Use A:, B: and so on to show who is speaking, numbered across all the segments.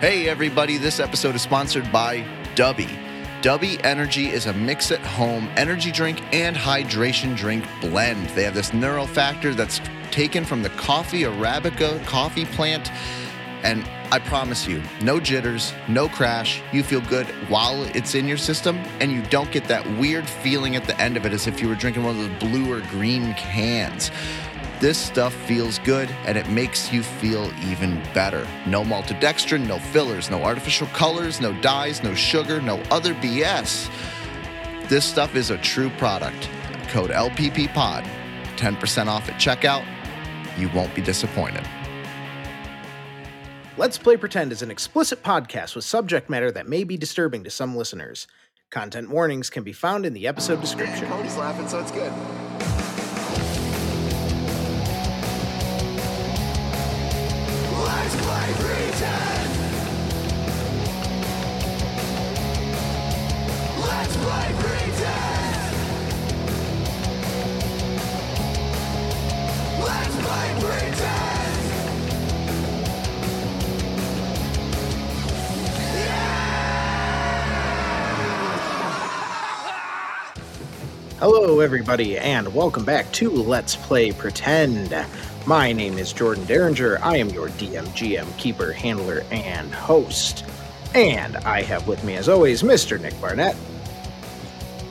A: Hey, everybody, this episode is sponsored by Dubby. Dubby Energy is a mix at home energy drink and hydration drink blend. They have this neural factor that's taken from the coffee Arabica coffee plant. And I promise you, no jitters, no crash. You feel good while it's in your system, and you don't get that weird feeling at the end of it as if you were drinking one of those blue or green cans. This stuff feels good and it makes you feel even better. No maltodextrin, no fillers, no artificial colors, no dyes, no sugar, no other BS. This stuff is a true product. Code LPPPOD, 10% off at checkout. You won't be disappointed.
B: Let's Play Pretend is an explicit podcast with subject matter that may be disturbing to some listeners. Content warnings can be found in the episode description.
C: Cody's laughing, so it's good. Let's play pretend. Let's play pretend. Let's play pretend.
B: Hello, everybody, and welcome back to Let's Play Pretend. My name is Jordan Derringer. I am your DM, GM, keeper, handler, and host. And I have with me, as always, Mr. Nick Barnett.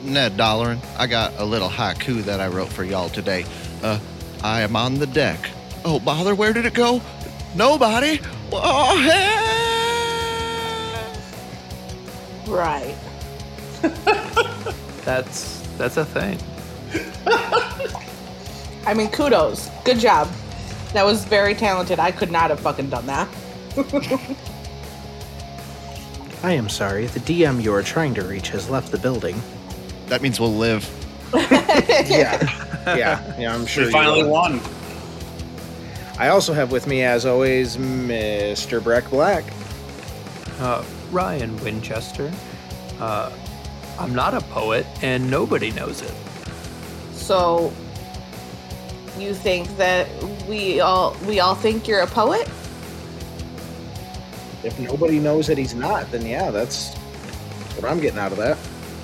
A: Ned Dollarin, I got a little haiku that I wrote for y'all today. Uh, I am on the deck. Oh, bother, where did it go? Nobody. Oh, hey!
D: Right.
E: That's that's a thing.
D: I mean, kudos. Good job. That was very talented. I could not have fucking done that.
B: I am sorry, the DM you are trying to reach has left the building.
A: That means we'll live.
B: Yeah, yeah, yeah, I'm sure.
F: We
B: you
F: finally
B: will.
F: won.
B: I also have with me, as always, Mr. Breck Black.
E: Uh, Ryan Winchester. Uh, I'm not a poet, and nobody knows it.
D: So, you think that we all we all think you're a poet?
B: If nobody knows that he's not, then yeah, that's what I'm getting out of that.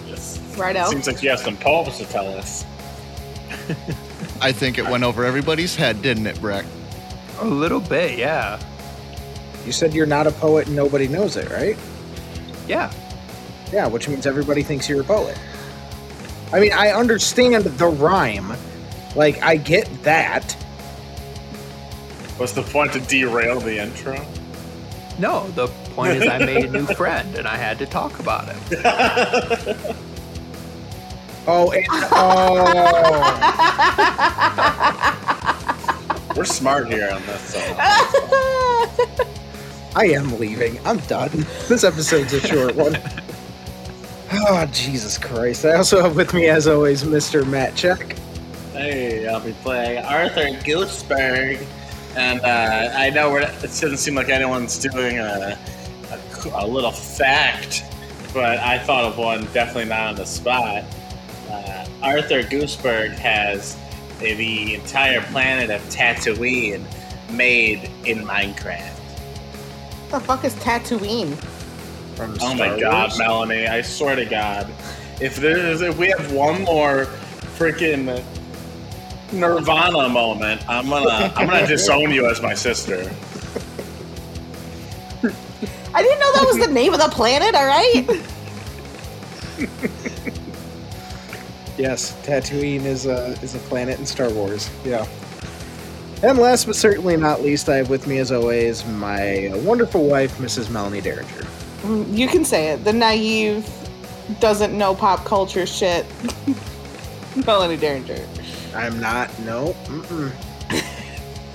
F: Yes.
D: Righto.
F: Seems like you have some poems to tell us.
A: I think it went over everybody's head, didn't it, Breck?
E: A little bit, yeah,
B: You said you're not a poet and nobody knows it, right?
E: yeah.
B: Yeah, which means everybody thinks you're a poet. I mean, I understand the rhyme. Like, I get that.
F: What's the point to derail the intro?
E: No, the point is, I made a new friend, and I had to talk about it.
B: Oh, and oh.
F: We're smart here on this. So.
B: I am leaving. I'm done. This episode's a short one. Oh, Jesus Christ. I also have with me, as always, Mr. Matt Check.
F: Hey, I'll be playing Arthur Gooseberg, and uh, I know we're, it doesn't seem like anyone's doing a, a, a little fact, but I thought of one definitely not on the spot. Uh, Arthur Gooseberg has the entire planet of Tatooine made in Minecraft.
D: the fuck is Tatooine?
B: From
F: Oh my
B: Star
F: god,
B: Wars.
F: Melanie! I swear to God, if there's if we have one more freaking Nirvana moment, I'm gonna I'm gonna disown you as my sister.
D: I didn't know that was the name of the planet. All right.
B: Yes, Tatooine is a is a planet in Star Wars. Yeah. And last but certainly not least, I have with me, as always, my wonderful wife, Mrs. Melanie Derringer.
D: You can say it. The naive doesn't know pop culture shit. Melanie Derringer.
B: I'm not. No. Mm-mm.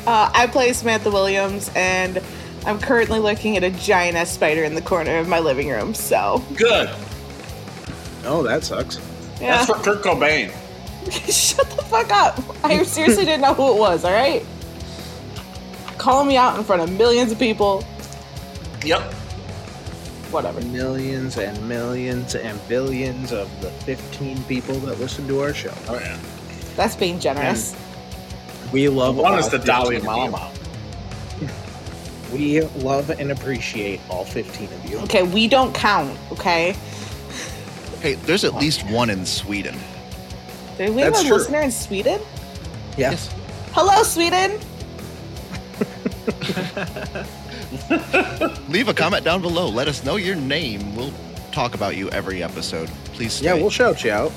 D: Uh, I play Samantha Williams, and I'm currently looking at a giant ass spider in the corner of my living room. So,
F: Good.
B: Oh, that sucks.
D: yeah.
F: That's for Kurt Cobain.
D: Shut the fuck up. I seriously didn't know who it was, all right? Call me out in front of millions of people.
F: Yep.
D: Whatever.
B: Millions and millions and billions of the 15 people that listen to our show.
F: Oh yeah.
D: That's being
B: Mm.
D: generous.
B: We love
F: One
B: all
F: is the
B: 15
F: Dolly
B: of you.
F: Mama.
B: We love and appreciate all 15 of you.
D: Okay, we don't count. Okay,
A: Hey, there's at least one in Sweden.
D: Did we have
B: That's
D: a
B: true.
D: listener in Sweden?
B: Yeah.
A: Yes.
D: Hello, Sweden.
A: Leave a comment down below. Let us know your name. We'll talk about you every episode. Please stay.
B: Yeah, we'll shout you out.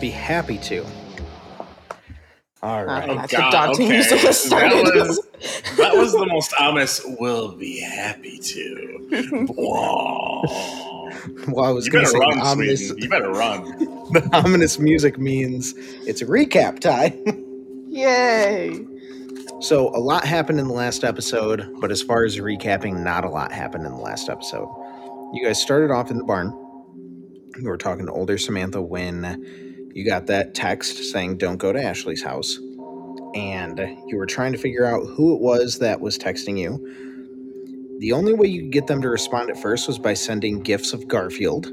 B: Be happy to. All right.
D: Uh,
F: Uh-huh.
D: That's a daunting use of the
F: Oh That
D: started.
F: was, that was the most ominous. We'll be happy to. Whoa.
B: Well, I was
F: You
B: going to
F: better
B: say
F: run,
B: ominous,
F: Sweden. You better run.
B: ominous music means it's a recap time.
D: Yay!
B: So a lot happened in the last episode, but as far as recapping, not a lot happened in the last episode. You guys started off in the barn. You were talking to older Samantha when you got that text saying don't go to Ashley's house. And you were trying to figure out who it was that was texting you. The only way you could get them to respond at first was by sending gifts of Garfield.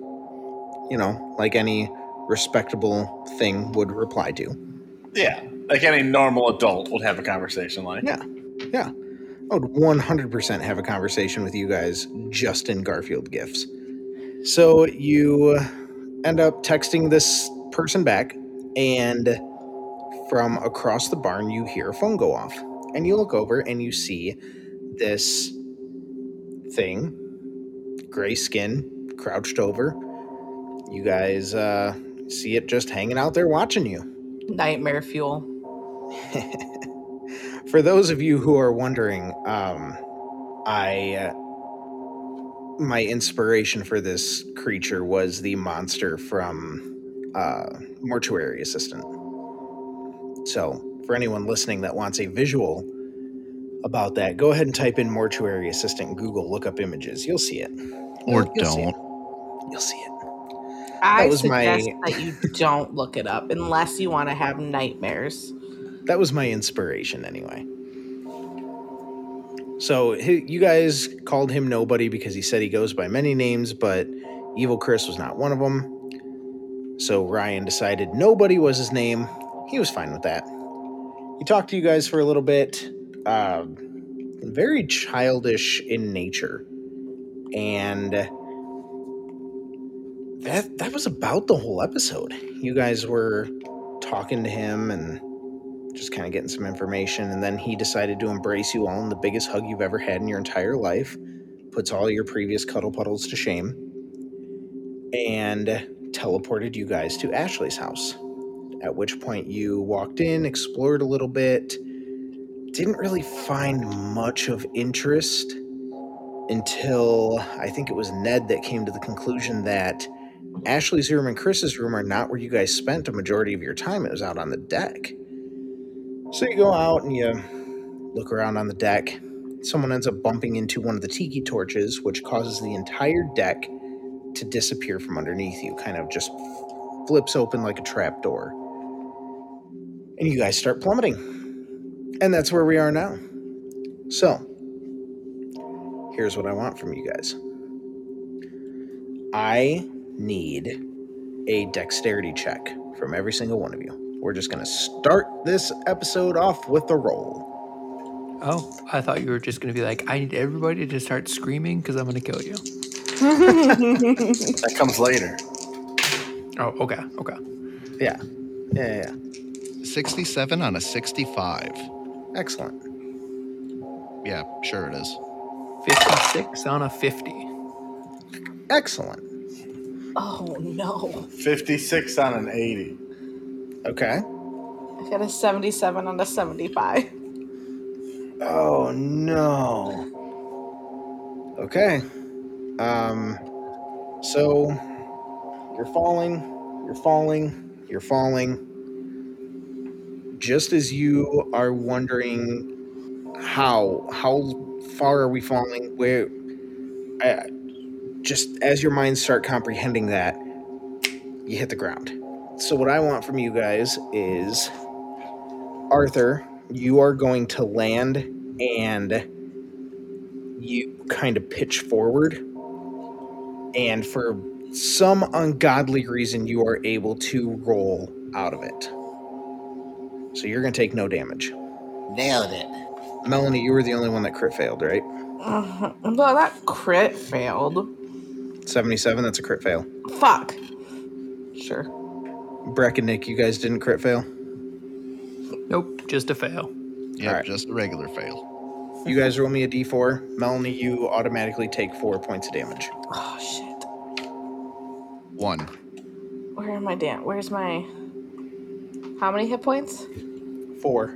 B: You know, like any respectable thing would reply to.
F: Yeah. Like any normal adult would have a conversation like.
B: Yeah, yeah. I would 100% have a conversation with you guys just in Garfield gifts. So you end up texting this person back, and from across the barn, you hear a phone go off. And you look over and you see this thing, gray skin, crouched over. You guys uh, see it just hanging out there watching you.
D: Nightmare fuel.
B: For those of you who are wondering, um, I uh, my inspiration for this creature was the monster from uh, Mortuary Assistant. So, for anyone listening that wants a visual about that, go ahead and type in Mortuary Assistant in Google, look up images. You'll see it,
A: Or
B: You'll see it.
A: don't.
B: You'll see it.
D: I
B: That was my-
D: suggest that you don't look it up unless you want to have nightmares.
B: that was my inspiration anyway. So he, you guys called him nobody because he said he goes by many names, but Evil Chris was not one of them. So Ryan decided nobody was his name. He was fine with that. He talked to you guys for a little bit. Uh, very childish in nature, and that that was about the whole episode. You guys were talking to him and just kind of getting some information. And then he decided to embrace you all in the biggest hug you've ever had in your entire life, puts all your previous cuddle puddles to shame, and teleported you guys to Ashley's house. At which point you walked in, explored a little bit, didn't really find much of interest until I think it was Ned that came to the conclusion that Ashley's room and Chris's room are not where you guys spent a majority of your time. It was out on the deck. So you go out and you look around on the deck. Someone ends up bumping into one of the tiki torches, which causes the entire deck to disappear from underneath you, kind of just flips open like a trap door. And you guys start plummeting. And that's where we are now. So, here's what I want from you guys I need a dexterity check from every single one of you. We're just going to start this episode off with a roll.
E: Oh, I thought you were just going to be like, I need everybody to start screaming because I'm going to kill you.
F: That comes later.
E: Oh, okay. Okay.
B: Yeah. Yeah, yeah, yeah.
A: 67 on a 65.
B: Excellent.
A: Yeah, sure it is.
E: 56 on a 50.
B: Excellent.
D: Oh no.
F: 56 on an 80.
B: Okay.
D: I got a 77 on a 75.
B: Oh, no. Okay. Um so you're falling, you're falling, you're falling. Just as you are wondering how how far are we falling? Where I, just as your minds start comprehending that, you hit the ground. So what I want from you guys is Arthur, you are going to land and you kind of pitch forward. And for some ungodly reason, you are able to roll out of it. So you're going to take no damage.
G: Nailed it.
B: Melanie, you were the only one that crit failed, right?
D: Uh, well, that crit failed.
B: 77, that's a crit fail.
D: Fuck. Sure.
B: Breck and Nick, you guys didn't crit fail.
E: Nope, just a fail.
A: Yeah,
B: Alright.
A: just a regular fail.
B: You guys roll me a d4. Melanie, you automatically take four points of damage.
D: Oh shit.
A: One.
D: Where am I? Dan? Where's my? How many hit points?
B: Four.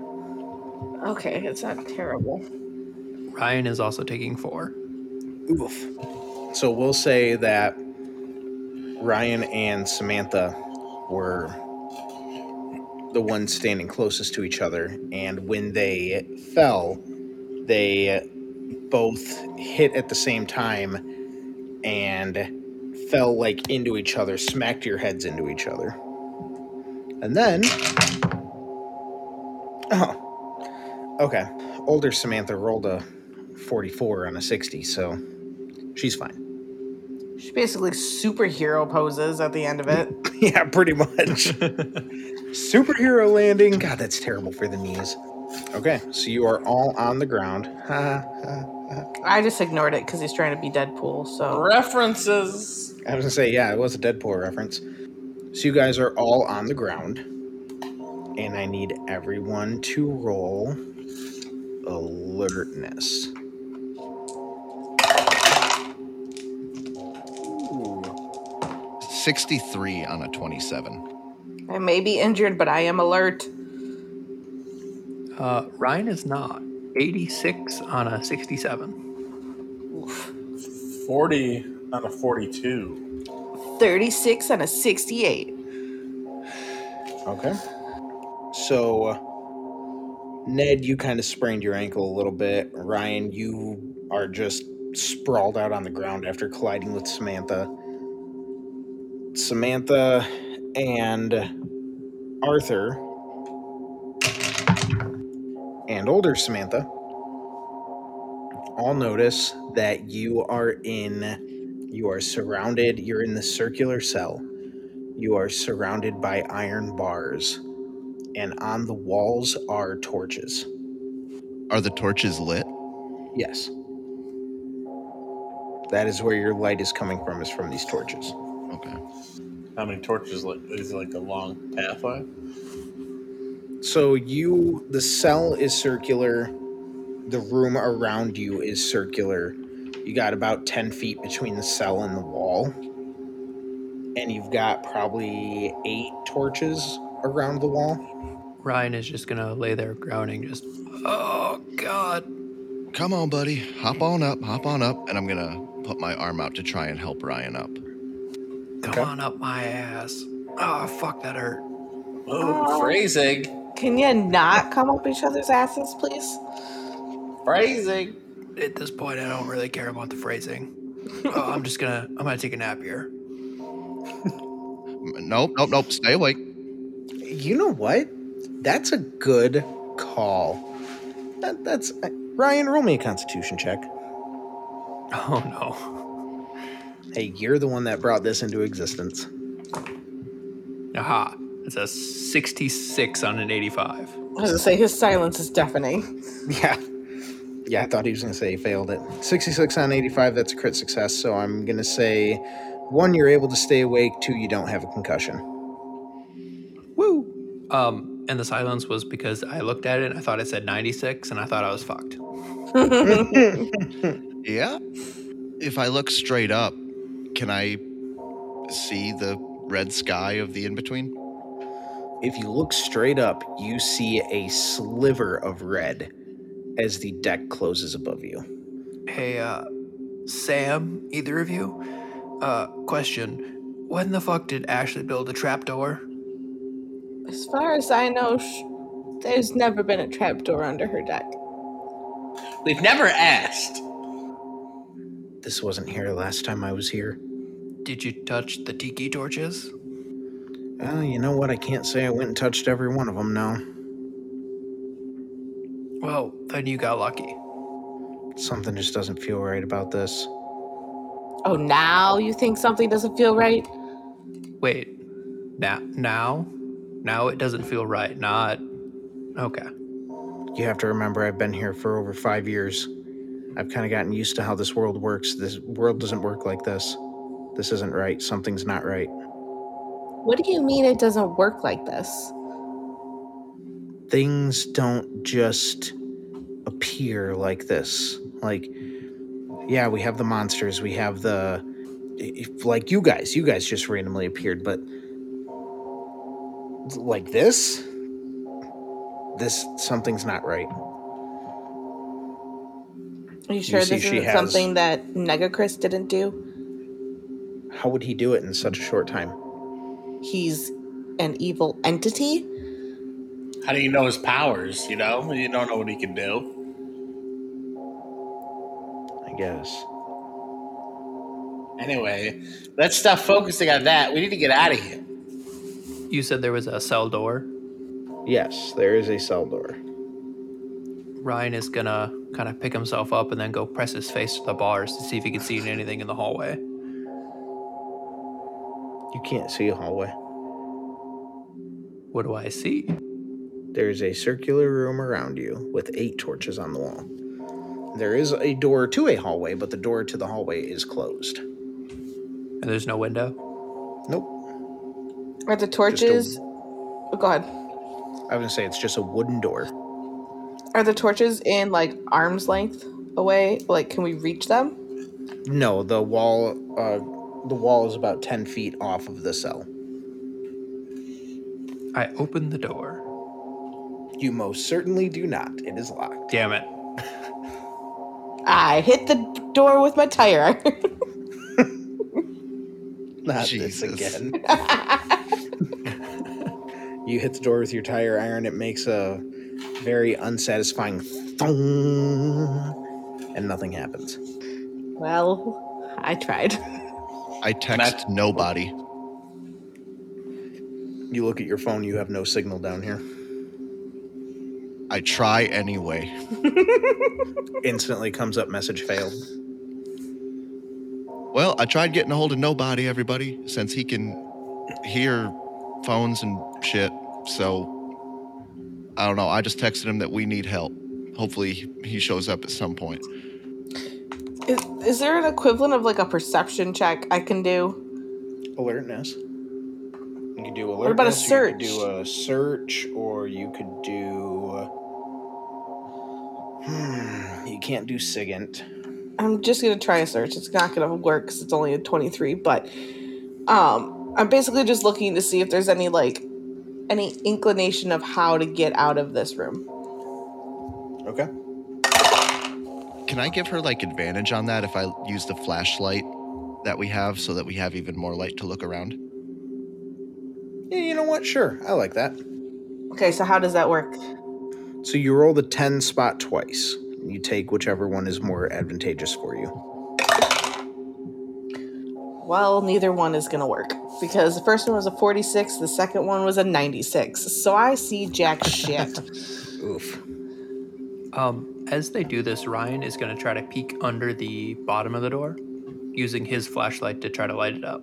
D: Okay, it's not terrible.
E: Ryan is also taking four.
B: Oof. So we'll say that Ryan and Samantha were the ones standing closest to each other, and when they fell, they both hit at the same time and fell like into each other, smacked your heads into each other. And then. Oh. Okay. Older Samantha rolled a 44 on a 60, so she's fine.
D: She basically superhero poses at the end of it.
B: yeah, pretty much. Superhero landing. God, that's terrible for the knees. Okay, so you are all on the ground. Ha, ha.
D: I just ignored it because he's trying to be Deadpool. So
F: References.
B: I was gonna say, yeah, it was a Deadpool reference. So you guys are all on the ground, and I need everyone to roll alertness.
A: Sixty-three on a twenty-seven.
D: I may be injured, but I am alert.
E: Uh, Ryan is not. 86 on a 67.
F: 40 out of 42.
D: Thirty-six and a sixty-eight.
B: Okay. So, uh, Ned, you kind of sprained your ankle a little bit. Ryan, you are just sprawled out on the ground after colliding with Samantha. Samantha and Arthur and older Samantha all notice that you are in, you are surrounded, you're in the circular cell. You are surrounded by iron bars, and on the walls are torches.
A: Are the torches lit?
B: Yes. That is where your light is coming from, is from these torches.
A: Okay.
F: How many torches like, is like a long pathway?
B: So you, the cell is circular, the room around you is circular. You got about 10 feet between the cell and the wall, and you've got probably eight torches around the wall.
E: Ryan is just gonna lay there groaning, just, oh god.
A: Come on, buddy. Hop on up. Hop on up. And I'm gonna put my arm out to try and help Ryan up.
E: Come
B: Okay.
E: on up my ass. Oh, fuck, that hurt.
F: Oh, phrasing.
D: Can you not come up each other's asses, please?
F: Phrasing.
E: At this point, I don't really care about the phrasing. oh, I'm just gonna, I'm gonna take a nap here.
A: M- Nope, nope, nope. Stay awake.
B: You know what? That's a good call. That, that's uh, Ryan. Roll me a Constitution check.
E: Oh no.
B: Hey, you're the one that brought this into existence.
E: Aha. It's a 66 on an 85.
D: I was gonna say his silence is deafening.
B: Yeah, yeah. I thought he was gonna say he failed it. Sixty-six on eighty-five. That's a crit success. So I'm gonna say, one, you're able to stay awake. Two, you don't have a concussion.
E: Woo! Um, and the silence was because I looked at it and I thought it said 96 and I thought I was fucked.
A: Yeah. If I look straight up, can I see the red sky of the in between?
B: If you look straight up, you see a sliver of red as the deck closes above you.
E: Hey, uh, Sam, either of you? Uh, question. When the fuck did Ashley build a trapdoor?
D: As far as I know, sh- there's never been a trapdoor under her deck.
F: We've never asked.
B: This wasn't here last time I was here.
E: Did you touch the tiki torches?
B: Well, you know what? I can't say I went and touched every one of them now.
E: Well, then you got lucky.
B: Something just doesn't feel right about this.
D: Oh, now you think something doesn't feel right?
E: Wait. Now, now? Now it doesn't feel right. Not. Okay.
B: You have to remember, I've been here for over five years. I've kind of gotten used to how this world works. This world doesn't work like this. This isn't right. Something's not right.
D: What do you mean it doesn't work like this?
B: Things don't just appear like this. Like, yeah, we have the monsters. We have the. if- Like, you guys. You guys just randomly appeared, but. Like this? This. Something's not right.
D: Are you sure
B: see,
D: this
B: she
D: isn't
B: has-
D: something that Negacris didn't do?
B: How would he do it in such a short time?
D: He's an evil entity?
F: How do you know his powers? You know, you don't know what he can do.
B: I guess.
F: Anyway, let's stop focusing on that. We need to get out of here.
E: You said there was a cell door.
B: Yes, there is a cell door.
E: Ryan is gonna kind of pick himself up and then go press his face to the bars to see if he can see anything in the hallway.
B: You can't see a hallway.
E: What do I see?
B: There is a circular room around you with eight torches on the wall. There is a door to a hallway, but the door to the hallway is closed.
E: And there's no window.
B: Nope.
D: Are the torches. Oh, go ahead.
B: I was gonna say it's just a wooden door.
D: Are the torches in like arm's length away? Like, can we reach them?
B: No, the wall, uh, the wall is about ten feet off of the cell.
E: I open the door.
B: You most certainly do not. It is locked.
E: Damn it.
D: I hit the door with my tire iron.
B: Not
A: Jesus.
B: this again. you hit the door with your tire iron. It makes a very unsatisfying thong, and nothing happens.
D: well, I tried.
A: I text nobody.
B: You look at your phone. You have no signal down here.
A: I try anyway.
B: Instantly comes up message failed.
A: Well, I tried getting a hold of nobody, everybody, since he can hear phones and shit. So I don't know. I just texted him that we need help. Hopefully he shows up at some point.
D: Is, is there an equivalent of like a perception check I can do?
B: Alertness. You could do alertness.
D: about a
B: You could do a search, or you could do. Hmm, you can't do SIGINT.
D: I'm just gonna try a search. It's not gonna work because it's only a 23. But um, I'm basically just looking to see if there's any like any inclination of how to get out of this room.
B: Okay.
A: Can I give her like advantage on that if I use the flashlight that we have so that we have even more light to look around?
B: Yeah, you know what? Sure, I like that.
D: Okay, so how does that work?
B: So you roll the 10 spot twice. You take whichever one is more advantageous for you.
D: Well, neither one is gonna work because the first one was a 46, the second one was a 96. So I see jack shit.
B: Oof.
E: Um, as they do this, Ryan is gonna try to peek under the bottom of the door, using his flashlight to try to light it up.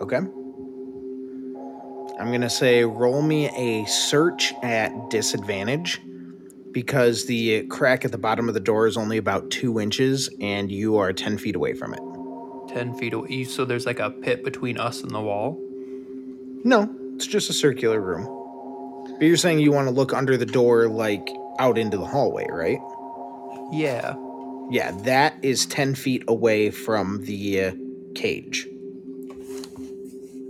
B: Okay. I'm going to say roll me a search at disadvantage because the crack at the bottom of the door is only about two inches and you are 10 feet away from it.
E: Ten feet away, so there's like a pit between us and the wall.
B: No, it's just a circular room. But you're saying you want to look under the door, like out into the hallway, right?
E: Yeah.
B: Yeah, that is 10 feet away from the uh, cage.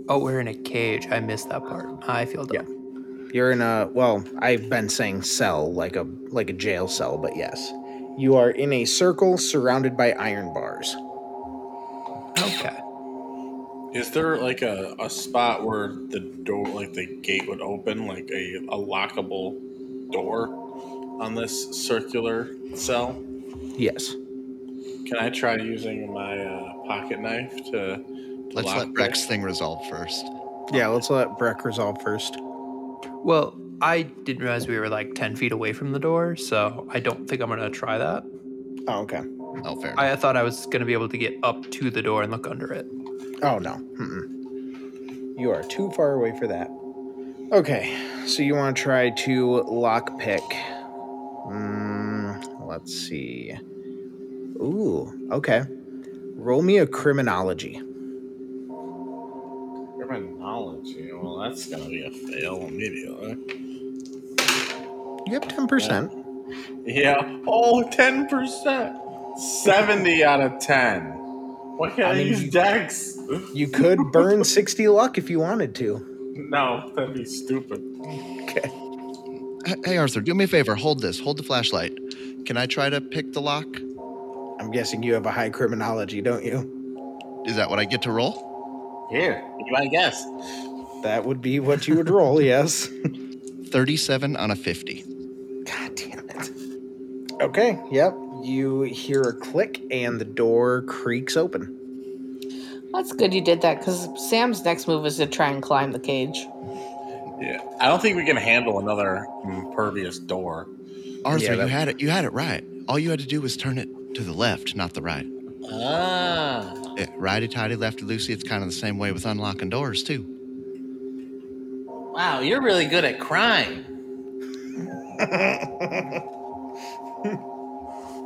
E: Oh, we're in a cage. I missed that part. I feel dumb.
B: You're in a well, I've been saying cell like a like a jail cell, but yes. You are in a circle surrounded by iron bars.
E: Okay.
F: Is there like a, a spot where the door, like the gate would open, like a, a lockable door on this circular cell?
B: Yes.
F: Can I try using my uh, pocket knife to, to
A: Let's
F: lock
A: let Breck's
F: it?
A: thing resolve first.
B: Yeah, let's let Breck resolve first.
E: Well, I didn't realize we were like 10 feet away from the door, so I don't think I'm going to try that.
B: Oh, okay.
A: Oh, fair.
E: I thought I was going to be able to get up to the door and look under it.
B: Oh no. Mm-mm. You are too far away for that. Okay, so you want to try to lockpick. Mm, let's see. Ooh, okay. Roll me a criminology.
F: Criminology. Well, that's gonna be a fail immediately.
B: You have 10%.
F: Yeah. Oh, 10%. 70 out of 10. What can I,
B: I mean,
F: use
B: you-
F: decks?
B: You could burn 60 luck if you wanted to.
F: No, that'd be stupid.
B: Okay.
A: H- Hey, Arthur, do me a favor. Hold this. Hold the flashlight. Can I try to pick the lock?
B: I'm guessing you have a high criminology, don't you?
A: Is that what I get to roll?
F: Here, you might guess.
B: That would be what you would roll, yes.
A: 37 on a 50.
B: God damn it. Okay, yep. You hear a click and the door creaks open.
D: That's good you did that because Sam's next move is to try and climb the cage.
F: Yeah. I don't think we can handle another impervious door.
A: Arthur,
B: Yeah,
A: you
B: that-
A: had it. You had it right. All you had to do was turn it to the left, not the right.
F: Ah.
A: Eh, Righty tighty, lefty loosey. It's kind of the same way with unlocking doors too.
F: Wow, you're really good at crime.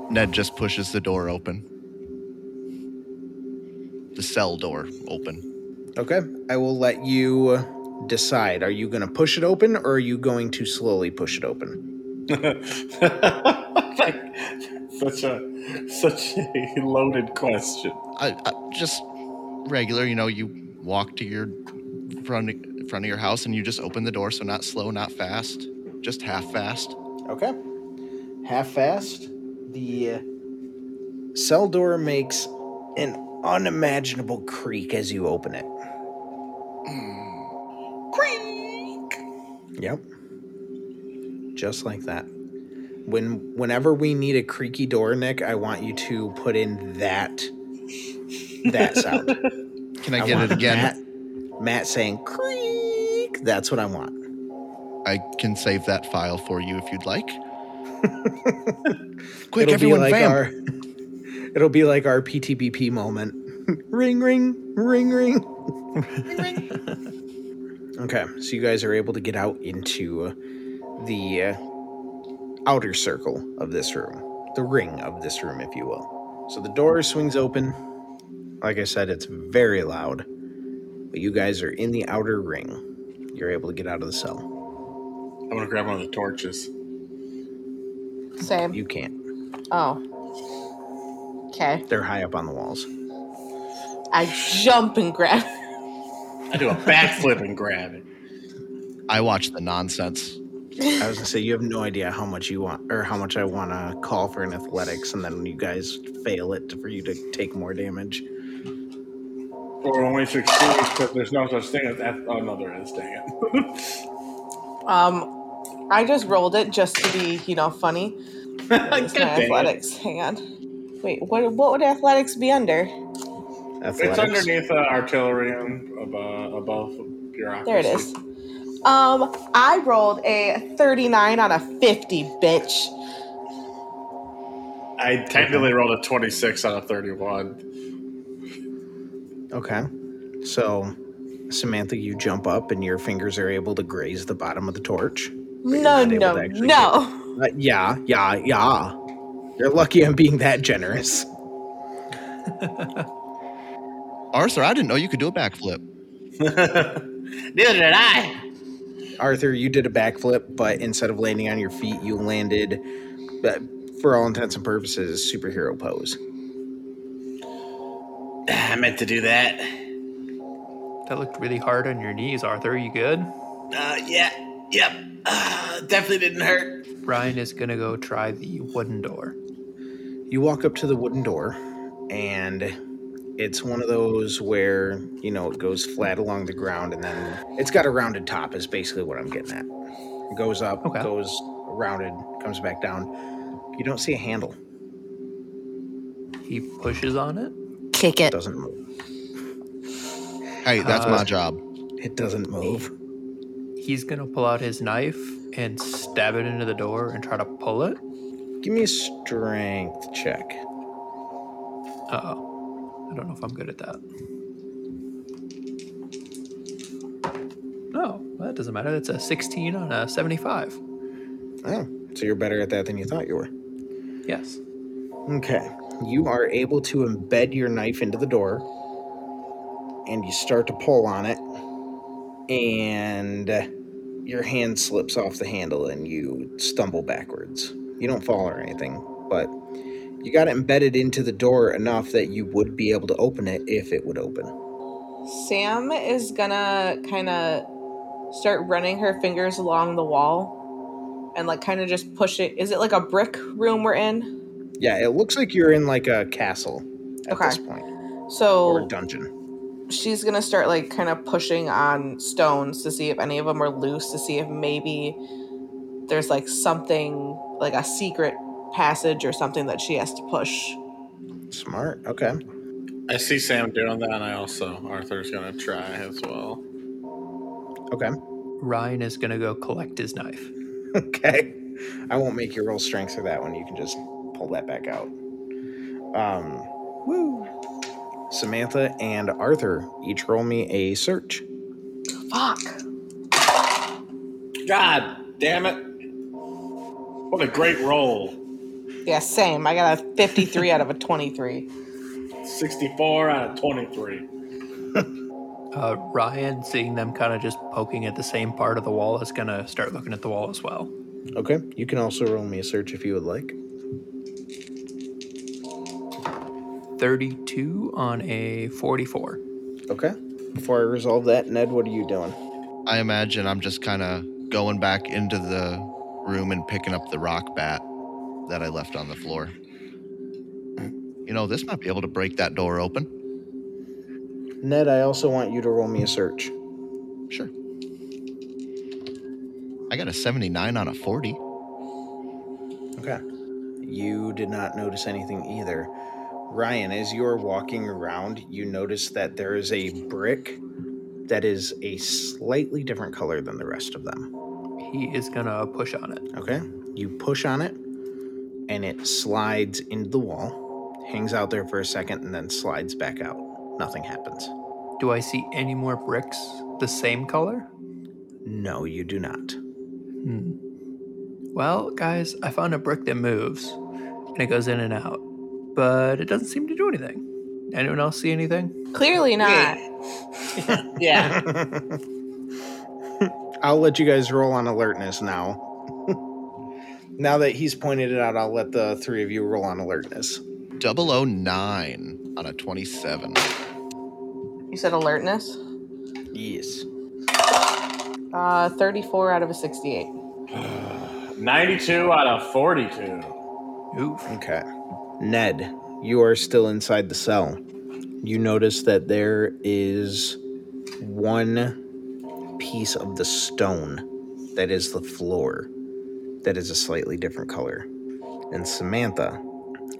A: Ned just pushes the door open. The cell door open.
B: Okay, I will let you decide. Are you going to push it open or are you going to slowly push it open?
F: like, such a such a loaded question.
A: I, I just regular. You know, you walk to your front front of your house and you just open the door. So not slow, not fast, just half fast.
B: Okay. Half fast. The uh, cell door makes an unimaginable creak as you open it.
F: Creak.
B: Yep. Just like that. When whenever we need a creaky door, Nick, I want you to put in that that sound.
A: Can I,
B: I
A: get
B: want
A: it again?
B: Matt, Matt saying creak. That's what I want.
A: I can save that file for you if you'd like. Quick,
B: it'll
A: everyone,
B: be like
A: bam!
B: our it'll be like our PTBP moment. ring ring ring ring. okay, so you guys are able to get out into uh, the uh, outer circle of this room, the ring of this room, if you will. So the door swings open. Like I said, it's very loud, but you guys are in the outer ring. You're able to get out of the cell.
F: I'm gonna grab one of the torches.
D: Sam.
B: You can't.
D: Oh. Okay.
B: They're high up on the walls.
D: I jump and grab.
F: I do a backflip and grab it.
A: I watch the nonsense.
B: I was gonna say you have no idea how much you want or how much I want to call for an athletics, and then when you guys fail it for you to take more damage.
F: Or when we succeed, because there's no such thing as that. Oh no, there is. Dang it.
D: Um, I just rolled it just to be, you know, funny. It's my
F: dang it.
D: athletics. Hang on. Wait, what? What would athletics be under?
B: Athletics.
F: It's underneath uh, artillery and above, above bureaucracy.
D: There it is. Um, I rolled a 39 on a 50, bitch.
F: I technically rolled a 26 out of 31.
B: Okay, so Samantha, you jump up, and your fingers are able to graze the bottom of the torch. But you're
D: No,
B: not able
D: no,
B: to actually
D: no.
B: Uh, yeah, yeah, yeah. You're lucky I'm being that generous.
A: Arthur, I didn't know you could do a backflip.
F: Neither did I.
B: Arthur, you did a backflip, but instead of landing on your feet, you landed, uh, for all intents and purposes, superhero pose.
F: Ah, I meant to do that.
E: That looked really hard on your knees, Arthur. You good?
F: Uh, yeah, yep. Uh, definitely didn't hurt.
E: Ryan is gonna go try the wooden door.
B: you walk up to the wooden door and it's one of those where you know it goes flat along the ground and then it's got a rounded top is basically what i'm getting at it goes up
E: Okay.
B: goes rounded comes back down you don't see a handle
E: He pushes on it.
D: Kick it.
B: doesn't move
A: Hey, that's my
E: Uh,
A: job.
B: it doesn't move
E: He's gonna pull out his knife and stab it into the door and try to pull it.
B: give me a strength check
E: Uh oh. I don't know if I'm good at that. No, that doesn't matter. That's a 16 on a 75.
B: Oh, so you're better at that than you thought you were.
E: Yes.
B: Okay. You are able to embed your knife into the door and you start to pull on it and your hand slips off the handle and you stumble backwards. You don't fall or anything, but you got it embedded into the door enough that you would be able to open it if it would open.
D: Sam is gonna kind of start running her fingers along the wall and like kind of just push it. Is it like a brick room we're in?
B: Yeah, it looks like you're in like a castle at
D: Okay.
B: this point or
D: So
B: a dungeon.
D: she's gonna start like kind of pushing on stones to see if any of them are loose, to see if maybe there's like something like a secret passage or something that she has to push.
B: Smart. Okay.
F: I see Sam doing that, and I also Arthur's gonna try as well.
B: Okay.
E: Ryan is going to go collect his knife.
B: Okay. I won't make you roll strength for that one. You can just pull that back out. Um, woo. Samantha and Arthur each roll me a search.
D: Fuck.
F: God damn it! What a great roll.
D: Yeah, same. I got a 53 out of a 23.
F: 64 out of 23.
E: Uh, Ryan, seeing them kind of just poking at the same part of the wall, is going to start looking at the wall as well.
B: Okay. You can also roll me a search if you would like.
E: 32 on a 44.
B: Okay. Before I resolve that, Ned, what are you doing?
A: I imagine I'm just kind of going back into the room and picking up the rock bat that I left on the floor. You know, this might be able to break that door open.
B: Ned, I also want you to roll me a search.
A: Sure. I got a 79 on a 40.
B: Okay. You did not notice anything either. Ryan, as you are walking around, you notice that there is a brick that is a slightly different color than the rest of them.
E: He is going to push on it.
B: Okay. You push on it, and it slides into the wall, hangs out there for a second, and then slides back out. Nothing happens.
E: Do I see any more bricks the same color?
B: No, you do not.
E: Hmm. Well, guys, I found a brick that moves and it goes in and out, but it doesn't seem to do anything. Anyone else see anything?
D: Clearly not.
F: Yeah.
B: I'll let you guys roll on alertness now. now that he's pointed it out, I'll let the three of you roll on alertness.
A: 009 on a 27.
D: You said alertness?
B: Yes.
D: Uh, 34 out of a 68.
F: 92 out of 42.
E: Oof.
B: Okay. Ned, you are still inside the cell. You notice that there is one piece of the stone that is the floor that is a slightly different color. And Samantha,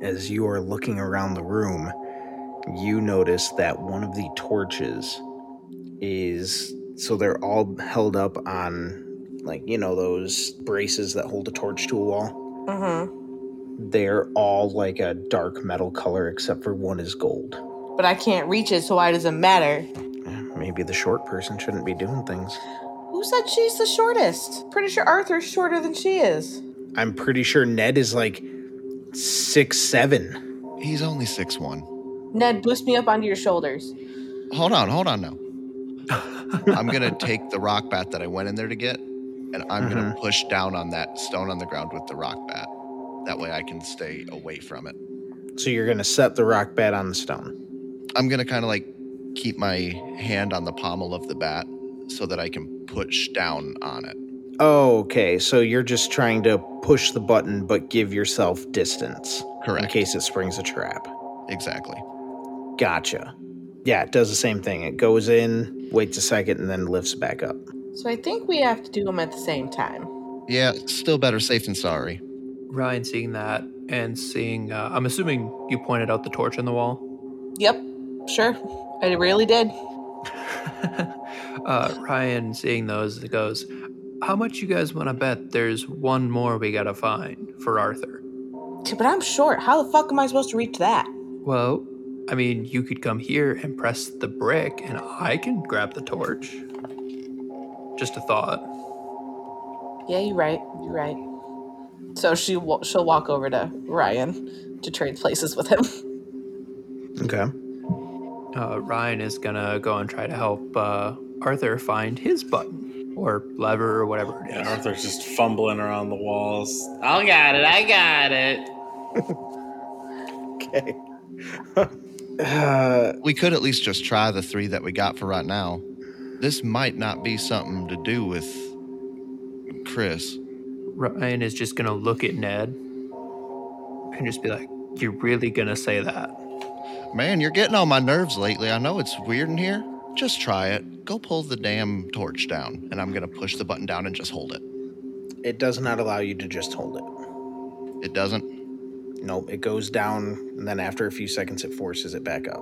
B: as you are looking around the room, you notice that one of the torches is so they're all held up on like you know those braces that hold a torch to a wall
D: Mm-hmm.
B: they're all like a dark metal color except for one is gold.
D: But I can't reach it, so why does it matter?
B: Eh, Maybe the short person shouldn't be doing things.
D: Who said she's the shortest? Pretty sure Arthur's shorter than she is.
B: I'm pretty sure Ned is like six seven.
A: He's only 6'1.
D: Ned, boost me up onto your shoulders.
A: Hold on, hold on now. I'm going to take the rock bat that I went in there to get, and I'm going to push down on that stone on the ground with the rock bat. That way I can stay away from it.
B: So you're gonna set the rock bat on the stone.
A: I'm gonna kind of like keep my hand on the pommel of the bat so that I can push down on it.
B: Okay, so you're just trying to push the button but give yourself distance in
A: Correct.
B: case it springs a trap.
A: Exactly.
B: Gotcha. Yeah, it does the same thing. It goes in, waits a second, and then lifts back up.
D: So I think we have to do them at the same time.
A: Yeah, still better safe than sorry.
E: Ryan, seeing that and seeing, uh, I'm assuming you pointed out the torch on the wall.
D: Yep, sure. I really did.
E: uh, Ryan, seeing those, it goes, How much you guys want to bet there's one more we got to find for Arthur?
D: Yeah, But I'm short. How the fuck am I supposed to reach that?
E: Well, I mean, you could come here and press the brick, and I can grab the torch. Just a thought.
D: Yeah, you're right. You're right. So she wa- she'll walk over to Ryan to trade places with him.
B: Okay.
E: Uh, Ryan is gonna go and try to help uh, Arthur find his button or lever or whatever it
F: Yeah,
E: is.
F: Arthur's just fumbling around the walls. I got it. I got it.
B: Okay. uh,
A: We could at least just try the three that we got for right now. This might not be something to do with Chris.
E: Ryan is just gonna look at Ned and just be like, "You're really gonna say that?"
A: Man, you're getting on my nerves lately. I know it's weird in here. Just try it. Go pull the damn torch down, and I'm gonna push the button down and just hold it.
B: it does not allow you to just hold it.
A: It doesn't.
B: Nope. It goes down, and then after a few seconds, it forces it back up.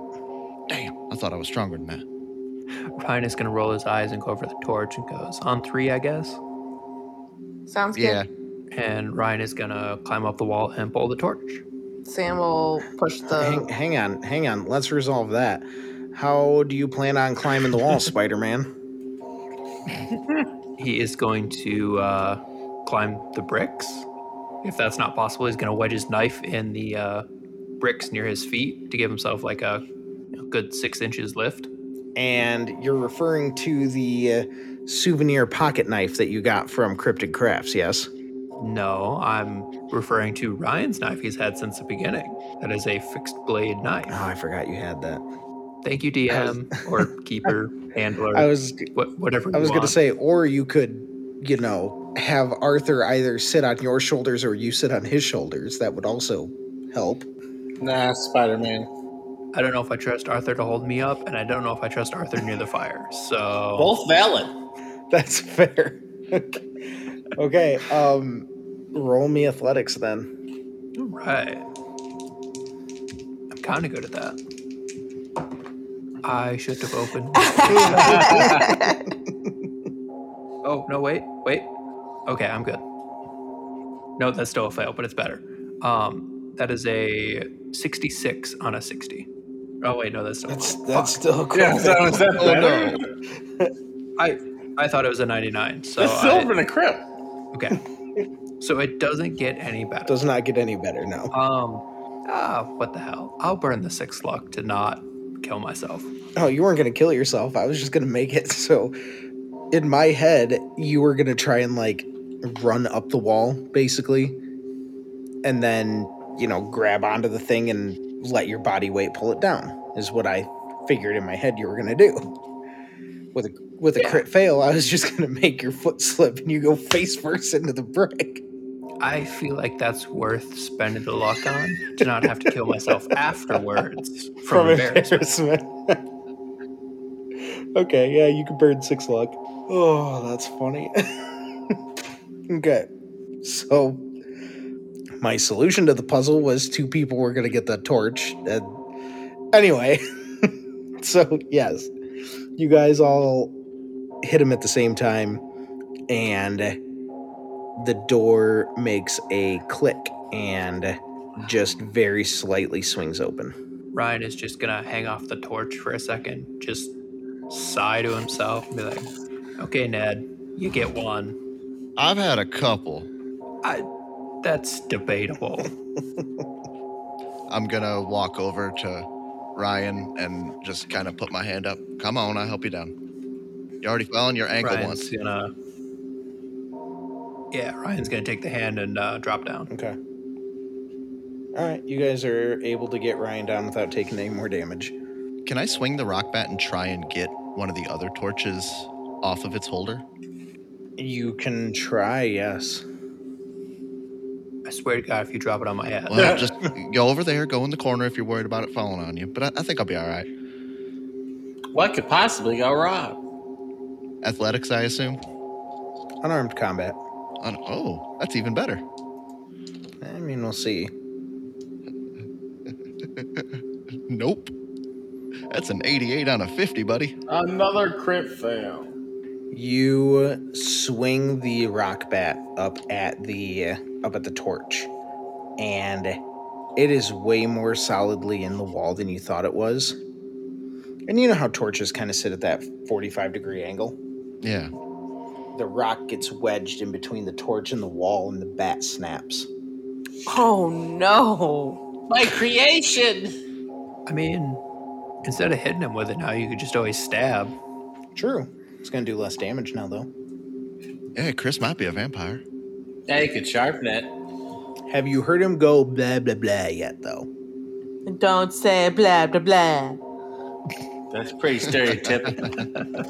A: Damn, I thought I was stronger than that.
E: Ryan is gonna roll his eyes and go over the torch and goes, "On three, I guess."
D: Sounds good.
A: Yeah,
E: And Ryan is gonna climb up the wall and pull the torch.
D: Sam will push
B: hang,
D: the.
B: hang on, hang on. Let's resolve that. How do you plan on climbing the wall, Spider Man?
E: He is going to uh, climb the bricks. If that's not possible, he's gonna wedge his knife in the uh, bricks near his feet to give himself like a you know, good six inches lift.
B: And you're referring to the uh, souvenir pocket knife that you got from Cryptid Crafts, yes?
E: No, I'm referring to Ryan's knife he's had since the beginning. That is a fixed blade
B: Oh,
E: knife.
B: I forgot you had that.
E: Thank you, DM or keeper, handler,
B: I was
E: wha- whatever.
B: I was
E: going
B: gonna say, or you could, you know, have Arthur either sit on your shoulders or you sit on his shoulders. That would also help.
F: Nah, Spider Man.
E: I don't know if I trust Arthur to hold me up, and I don't know if I trust Arthur near the fire. So
F: Both valid.
B: That's fair. okay. Um, roll me athletics then.
E: All right. I'm kind of good at that. I should have opened. oh, no, wait, wait. Okay, I'm good. No, that's still a fail, but it's better. Um, that is a 66 on a 60. Oh, wait, no, that's still a fail.
B: that's still cool.
F: Yeah, so is that better?
E: I, I thought it was a 99. So
F: That's
E: I-
F: silver and a crypt.
E: okay. so it doesn't get any better.
B: Does not get any better. No.
E: Um, ah, what the hell? I'll burn the sixth luck to not kill myself.
B: Oh, you weren't gonna kill yourself. I was just gonna make it so. In my head, you were gonna try and like run up the wall, basically, and then you know grab onto the thing and let your body weight pull it down. Is what I figured in my head you were gonna do. With a with a crit fail, I was just gonna make your foot slip and you go face first into the brick.
E: I feel like that's worth spending the luck on to not have to kill myself afterwards from, embarrassment.
B: embarrassment. okay, yeah, you can burn six luck. Oh, that's funny. okay, so my solution to the puzzle was two people were going to get the torch. And anyway, so yes, you guys all hit him at the same time, and the door makes a click and just very slightly swings open.
E: Ryan is just gonna hang off the torch for a second, just sigh to himself and be like, "Okay, Ned, you get one."
A: I've had a couple.
E: I, that's debatable.
A: I'm gonna walk over to Ryan and just kind of put my hand up. Come on, I'll help you down. You already fell on your ankle once.
E: Ryan's gonna, yeah, Ryan's gonna take the hand and uh, drop down.
B: Okay. All right, you guys are able to get Ryan down without taking any more damage.
A: Can I swing the rock bat and try and get one of the other torches off of its holder?
B: You can try, yes.
E: I swear to God, if you drop it on my head,
A: Well, just go over there, go in the corner if you're worried about it falling on you. But I, I think I'll be all right.
F: What could possibly go wrong?
A: Athletics, I assume.
B: Unarmed combat.
A: On, oh, that's even better.
B: I mean, we'll see.
A: Nope. That's an 88 out of 50, buddy.
F: Another crit fail.
B: You swing the rock bat up at the up at the torch, and it is way more solidly in the wall than you thought it was. And you know how torches kind of sit at that forty-five degree angle.
A: Yeah.
B: the rock gets wedged in between the torch and the wall, and the bat snaps.
D: Oh no.
F: My creation.
E: I mean, instead of hitting him with it now, you could just always stab.
B: True. It's gonna do less damage now, though.
A: Yeah, Chris might be a vampire.
F: Yeah, you could sharpen it.
B: Have you heard him go blah blah blah yet, though?
D: Don't say blah blah blah.
F: That's pretty stereotypical.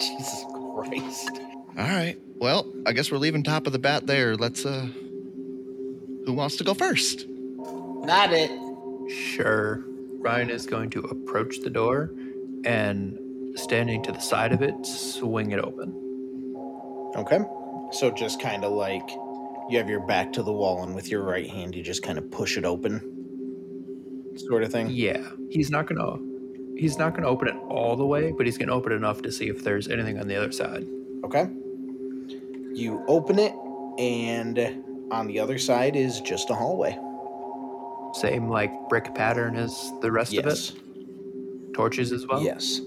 B: Jesus Christ.
A: All right. Well, I guess we're leaving top of the bat there. Let's uh who wants to go first?
F: Not it.
E: Sure. Ryan is going to approach the door and, standing to the side of it, swing it open.
B: Okay. So just kind of like you have your back to the wall, and with your right hand, you just kind of push it open, sort of thing.
E: Yeah, he's not gonna. He's not gonna open it all the way, but he's gonna open it enough to see if there's anything on the other side.
B: Okay. You open it, and on the other side is just a hallway.
E: Same like brick pattern as the rest
B: Yes.
E: of it. Torches as well.
B: Yes.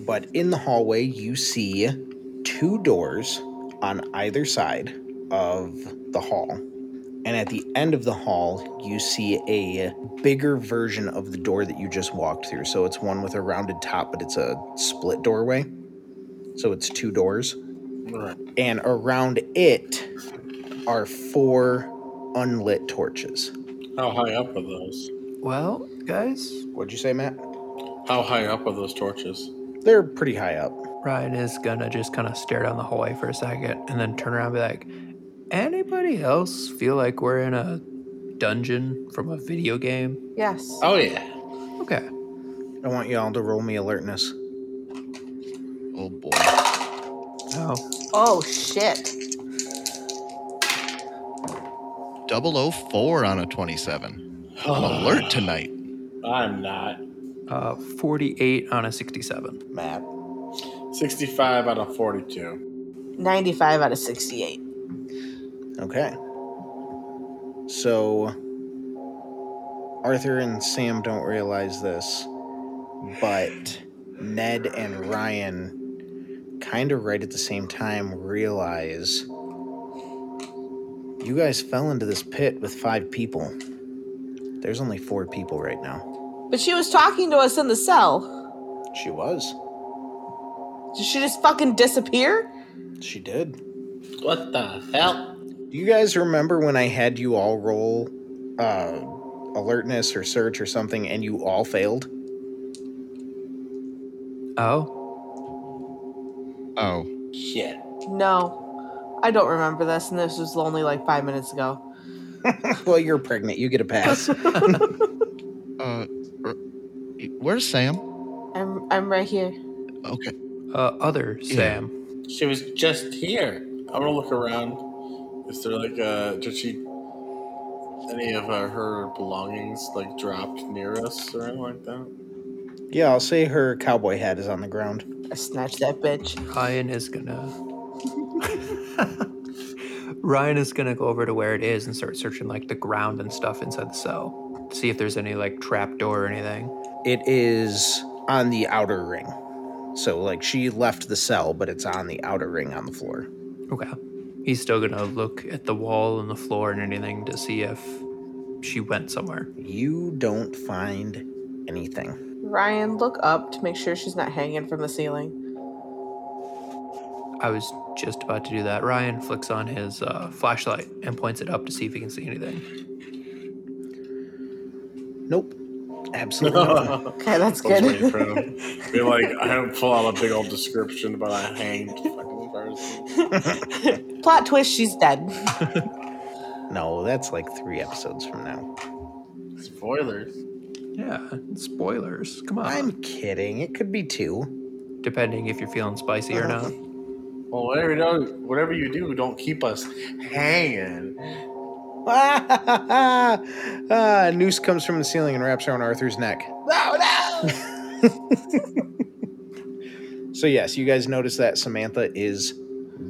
B: But in the hallway, you see two doors on either side of the hall. And at the end of the hall, you see a bigger version of the door that you just walked through. So it's one with a rounded top, but it's a split doorway. So it's two doors. And around it are four unlit torches.
F: How high up are those?
E: Well, guys,
B: What'd you say, Matt?
F: How high up are those torches?
B: They're pretty high up.
E: Ryan is gonna just kind of stare down the hallway for a second and then turn around and be like, anybody else feel like we're in a dungeon from a video game?
D: Yes.
F: Oh yeah.
E: Okay.
B: I want you all to roll me alertness.
A: Oh boy.
E: Oh,
D: Oh shit.
A: 004 on a 27. I'm alert tonight.
F: I'm not.
E: uh, 48 on a 67.
B: Matt.
F: 65 out of 42.
D: 95 out of 68.
B: Okay. So, Arthur and Sam don't realize this, but Ned and Ryan kind of right at the same time realize you guys fell into this pit with five people. There's only four people right now.
D: But she was talking to us in the cell.
B: She was.
D: Did she just fucking disappear?
B: She did.
F: What the hell?
B: Do you guys remember when I had you all roll uh, alertness or search or something and you all failed?
E: Oh,
A: Oh.
F: Shit.
D: No. I don't remember this, and this was only like five minutes ago.
B: well, you're pregnant. You get a pass.
A: Uh r- where's Sam?
D: I'm I'm right here.
A: Okay.
E: uh, other
A: Yeah.
E: Sam.
F: She was just here. I want to look around. Is there like a. Did she. Any of uh, her belongings like dropped near us or anything like that?
B: yeah, I'll say her cowboy hat is on the ground.
D: I snatched that bitch.
E: Ryan is gonna. Ryan is gonna go over to where it is and start searching like the ground and stuff inside the cell. See if there's any like trap door or anything.
B: It is on the outer ring. So, like, she left the cell, but it's on the outer ring on the floor.
E: Okay. He's still gonna look at the wall and the floor and anything to see if she went somewhere.
B: You don't find anything.
D: Ryan, look up to make sure she's not hanging from the ceiling.
E: I was just about to do that. Ryan flicks on his uh, flashlight and points it up to see if he can see anything.
B: Nope. Absolutely
F: Oh,
B: nothing.
D: Okay, that's
F: I was
D: good.
F: waiting for him. Be like, I don't pull out a big old description about a hanged fucking person.
D: Plot twist, she's dead.
B: No, that's like three episodes from now.
F: Spoilers.
E: Yeah, spoilers. Come on.
B: I'm kidding. It could be two.
E: Depending if you're feeling spicy or not.
F: Well, whatever you do, whatever you do, don't keep us hanging.
B: ah, noose comes from the ceiling and wraps around Arthur's neck.
F: No, no.
B: So, yes, you guys notice that Samantha is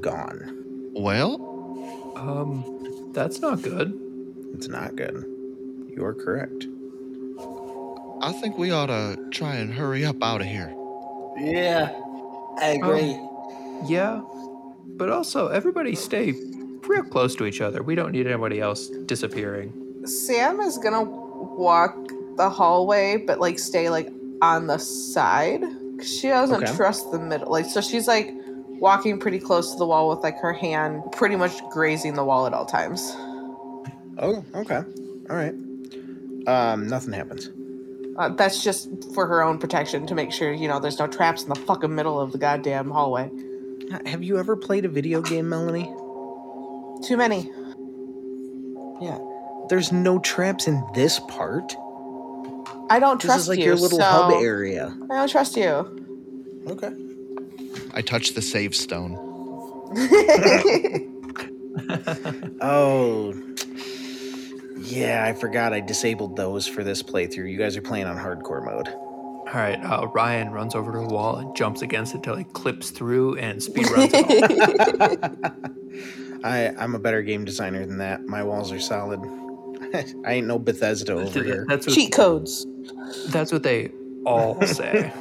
B: gone.
A: Well,
E: Um, that's not good.
B: It's not good. You're correct.
A: I think we ought to try and hurry up out of here.
F: Yeah.
G: I agree.
E: Yeah, but also everybody stay real close to each other. We don't need anybody else disappearing.
D: Sam is gonna walk the hallway, but like stay like on the side. 'Cause She doesn't
B: Okay.
D: trust the middle. Like so, she's like walking pretty close to the wall with like her hand pretty much grazing the wall at all times.
B: Oh, okay. All right. Um, nothing happens.
D: Uh, that's just for her own protection to make sure you know there's no traps in the fucking middle of the goddamn hallway.
B: Have you ever played a video game, Melanie?
D: Too many.
B: Yeah. There's no traps in this part.
D: I don't
B: This
D: trust
B: is like
D: you.
B: your little
D: so
B: hub area.
D: I don't trust you.
B: Okay.
A: I touch the save stone.
B: Oh. Yeah, I forgot I disabled those for this playthrough. You guys are playing on hardcore mode.
E: All right, uh, Ryan runs over to the wall and jumps against it till he clips through and speedruns it. all.
B: I, I'm a better game designer than that. My walls are solid. I ain't no Bethesda over here.
E: That's what,
D: Cheat codes.
E: that's what they all say.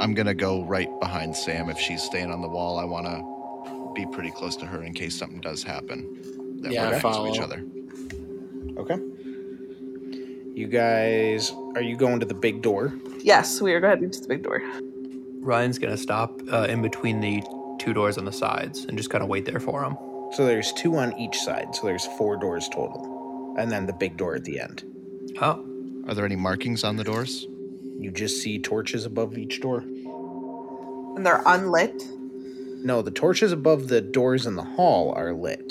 A: I'm gonna go right behind Sam if she's staying on the wall. I wanna be pretty close to her in case something does happen. That
G: Yeah, I
A: we're next to each
G: follow.
A: other.
B: Okay. You guys, are you going to the big door?
D: Yes, we are heading to the big door.
E: Ryan's gonna stop uh, in between the two doors on the sides and just kind of wait there for him.
B: So there's two on each side, so there's four doors total. And then the big door at the end.
E: Oh,
A: Are there any markings on the doors?
B: You just see torches above each door.
D: And they're unlit.
B: No, the torches above the doors in the hall are lit.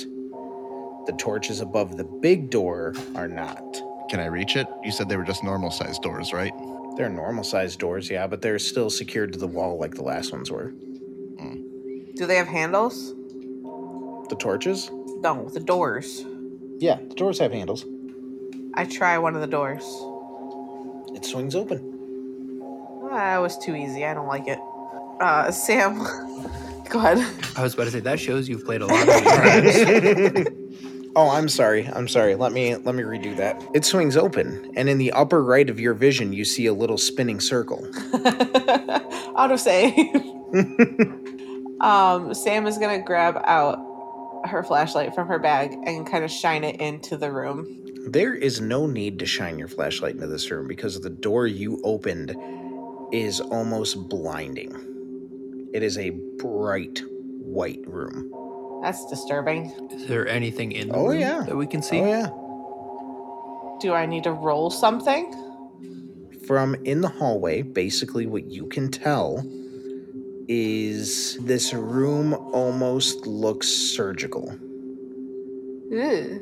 B: The torches above the big door are not.
A: Can I reach it? You said they were just normal sized doors, right?
B: They're normal sized doors, yeah, but they're still secured to the wall like the last ones were.
D: Do they have handles?
B: The torches?
D: No, the doors.
B: Yeah, the doors have handles.
D: I try one of the doors.
B: It swings open.
D: That Ah, was too easy. I don't like it. Uh, Sam, go ahead.
E: I was about to say that shows you've played a lot. of games.
B: Oh, I'm sorry. I'm sorry. Let me let me redo that. It swings open, and in the upper right of your vision, you see a little spinning circle.
D: Auto save. um, Sam is gonna grab out her flashlight from her bag and kind of shine it into the room.
B: There is no need to shine your flashlight into this room because the door you opened is almost blinding. It is a bright white room.
D: That's disturbing.
E: Is there anything in the
B: Oh,
E: room
B: yeah.
E: that we can see?
B: Oh yeah.
D: Do I need to roll something?
B: From in the hallway, basically what you can tell is this room almost looks surgical.
D: Ew.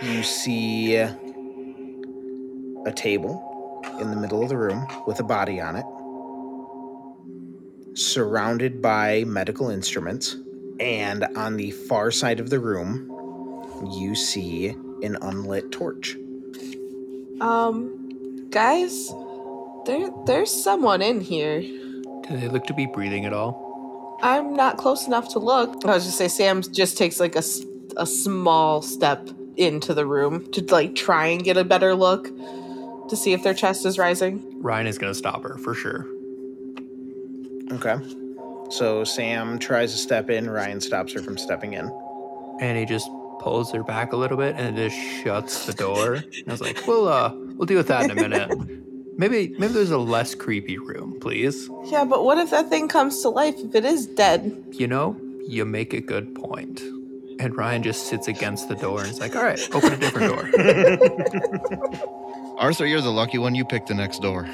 B: You see a table in the middle of the room with a body on it, surrounded by medical instruments. And on the far side of the room, you see an unlit torch.
D: Um, guys, there there's someone in here.
E: Do they look to be breathing at all?
D: I'm not close enough to look. I was just say Sam just takes like a, s- a small step into the room to like try and get a better look to see if their chest is rising.
E: Ryan is gonna stop her for sure.
B: Okay. So Sam tries to step in, Ryan stops her from stepping in.
E: and he just pulls her back a little bit and just shuts the door. and I was like, "We'll uh, we'll deal with that in a minute. Maybe maybe there's a less creepy room, please."
D: Yeah, but what if that thing comes to life if it is dead?
E: You know, you make a good point. And Ryan just sits against the door and is like, "All right, open a different door."
A: Arthur, you're the lucky one. You picked the next door.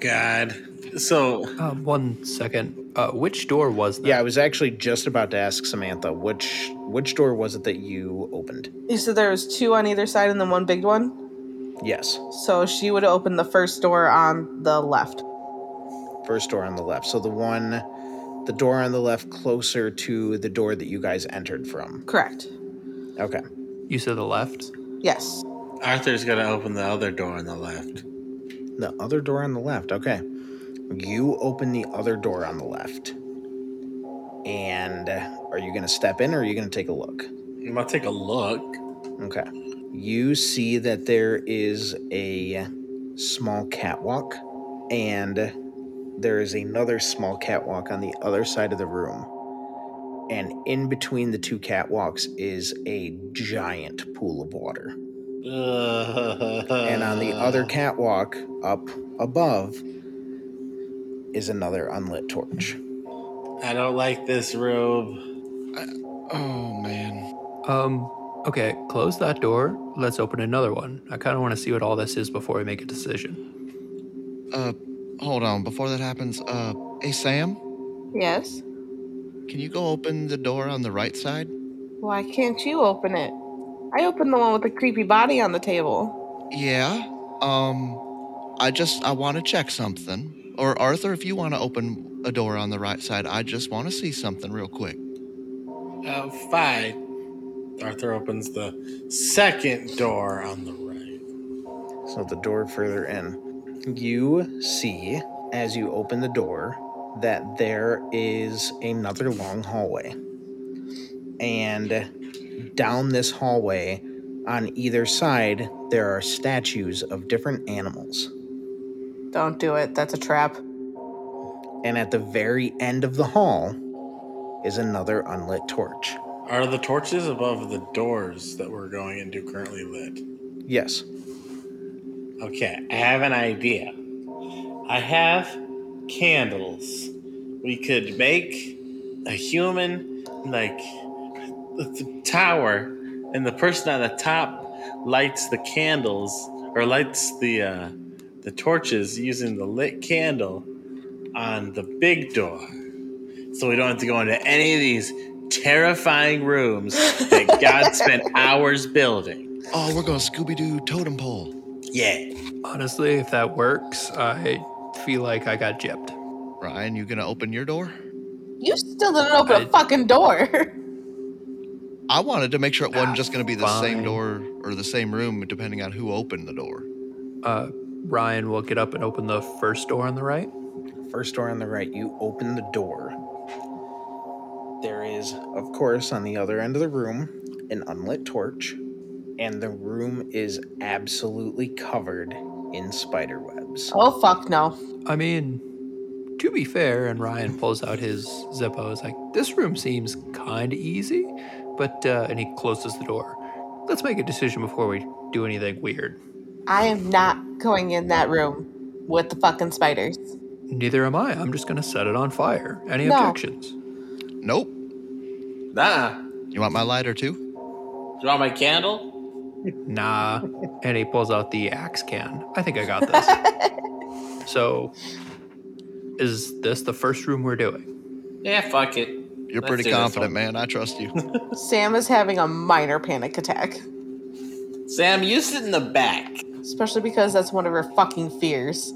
F: God. So
E: um, one second. Uh, which door was that?
B: Yeah, I was actually just about to ask Samantha which which door was it that you opened?
D: You said there was two on either side and then one big one.
B: Yes.
D: So she would open the first door on the left.
B: first door on the left. So the one, the door on the left closer to the door that you guys entered from.
D: Correct.
B: Okay.
E: You said the left.
D: Yes.
F: Arthur's gonna open the other door on the left.
B: The other door on the left. Okay. You open the other door on the left. And uh, are you going to step in or are you going to take a look?
F: I'm gonna take a look.
B: Okay. You see that there is a small catwalk and there is another small catwalk on the other side of the room. And in between the two catwalks is a giant pool of water. and on the other catwalk up above is another unlit torch.
F: I don't like this robe.
A: Oh man.
E: Um, okay, close that door. Let's open another one. I kind of want to see what all this is before we make a decision.
A: Uh, hold on. Before that happens, uh, hey Sam,
D: Yes.
A: can you go open the door on the right side?
D: Why can't you open it? I opened the one with the creepy body on the table.
A: Yeah. Um, I just I want to check something. Or Arthur, if you want to open a door on the right side, I just want to see something real quick.
F: Uh, fine. Arthur opens the second door on the right.
B: So the door further in. You see, as you open the door, that there is another long hallway. And down this hallway, on either side, there are statues of different animals.
D: Don't do it. That's a trap.
B: And at the very end of the hall is another unlit torch.
F: Are the torches above the doors that we're going into currently lit?
B: Yes.
F: Okay, I have an idea. I have candles. We could make a human, like, the tower, and the person on the top lights the candles, or lights the, uh, the torches using the lit candle on the big door. So we don't have to go into any of these terrifying rooms that God spent hours building.
A: Oh, we're going Scooby Doo totem pole.
F: Yeah.
E: Honestly, if that works, I feel like I got gypped.
A: Ryan, you gonna open your door?
D: You still didn't open a
E: I-
D: fucking door.
A: I wanted to make sure it wasn't just gonna be the same
E: Fine.
A: door or the same room, depending on who opened the door.
E: Uh, Ryan will get up and open the first door on the right.
B: First door on the right, you open the door. There is, of course, on the other end of the room, an unlit torch, and the room is absolutely covered in spider webs.
D: oh fuck no.
E: I mean, to be fair, and Ryan pulls out his Zippo. Is like, this room seems kind of easy, but uh, and he closes the door. Let's make a decision before we do anything weird.
D: I am not going in that room with the fucking spiders.
E: Neither am I. I'm just gonna set it on fire. Any
D: No.
E: objections?
A: Nope.
F: Nah.
A: You want my lighter too?
F: Do you want my candle?
E: Nah. And he pulls out the axe can. I think I got this. so, is this the first room we're doing?
F: Yeah, fuck it.
A: You're
F: Let's do
A: pretty
F: this
A: confident,
F: one.
A: man. I trust you.
D: Sam is having a minor panic attack,
F: Sam, you sit in the back.
D: especially because that's one of her fucking fears.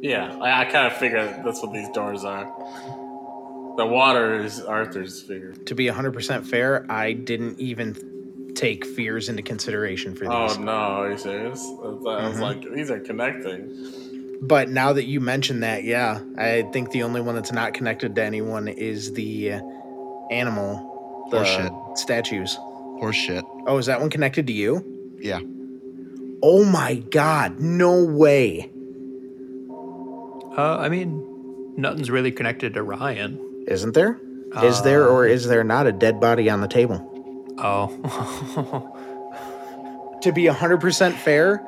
F: Yeah, I, I kind of figure that's what these doors are. The water is Arthur's figure.
B: To be 100% fair, I didn't even take fears into consideration for
F: Oh
B: these.
F: no, are you serious? I was I was
B: Mhm.
F: like, these are connecting.
B: But now that you mention that, yeah, I think the only one that's not connected to anyone is the uh, animal, the
A: Horseshit.
B: statues.
A: Horse shit.
B: Oh, is that one connected to you?
A: Yeah.
B: Oh my god, no way.
E: Uh, I mean, nothing's really connected to Ryan.
B: Isn't there? Is there or is there not a dead body on the table?
E: Oh.
B: To be 100% fair,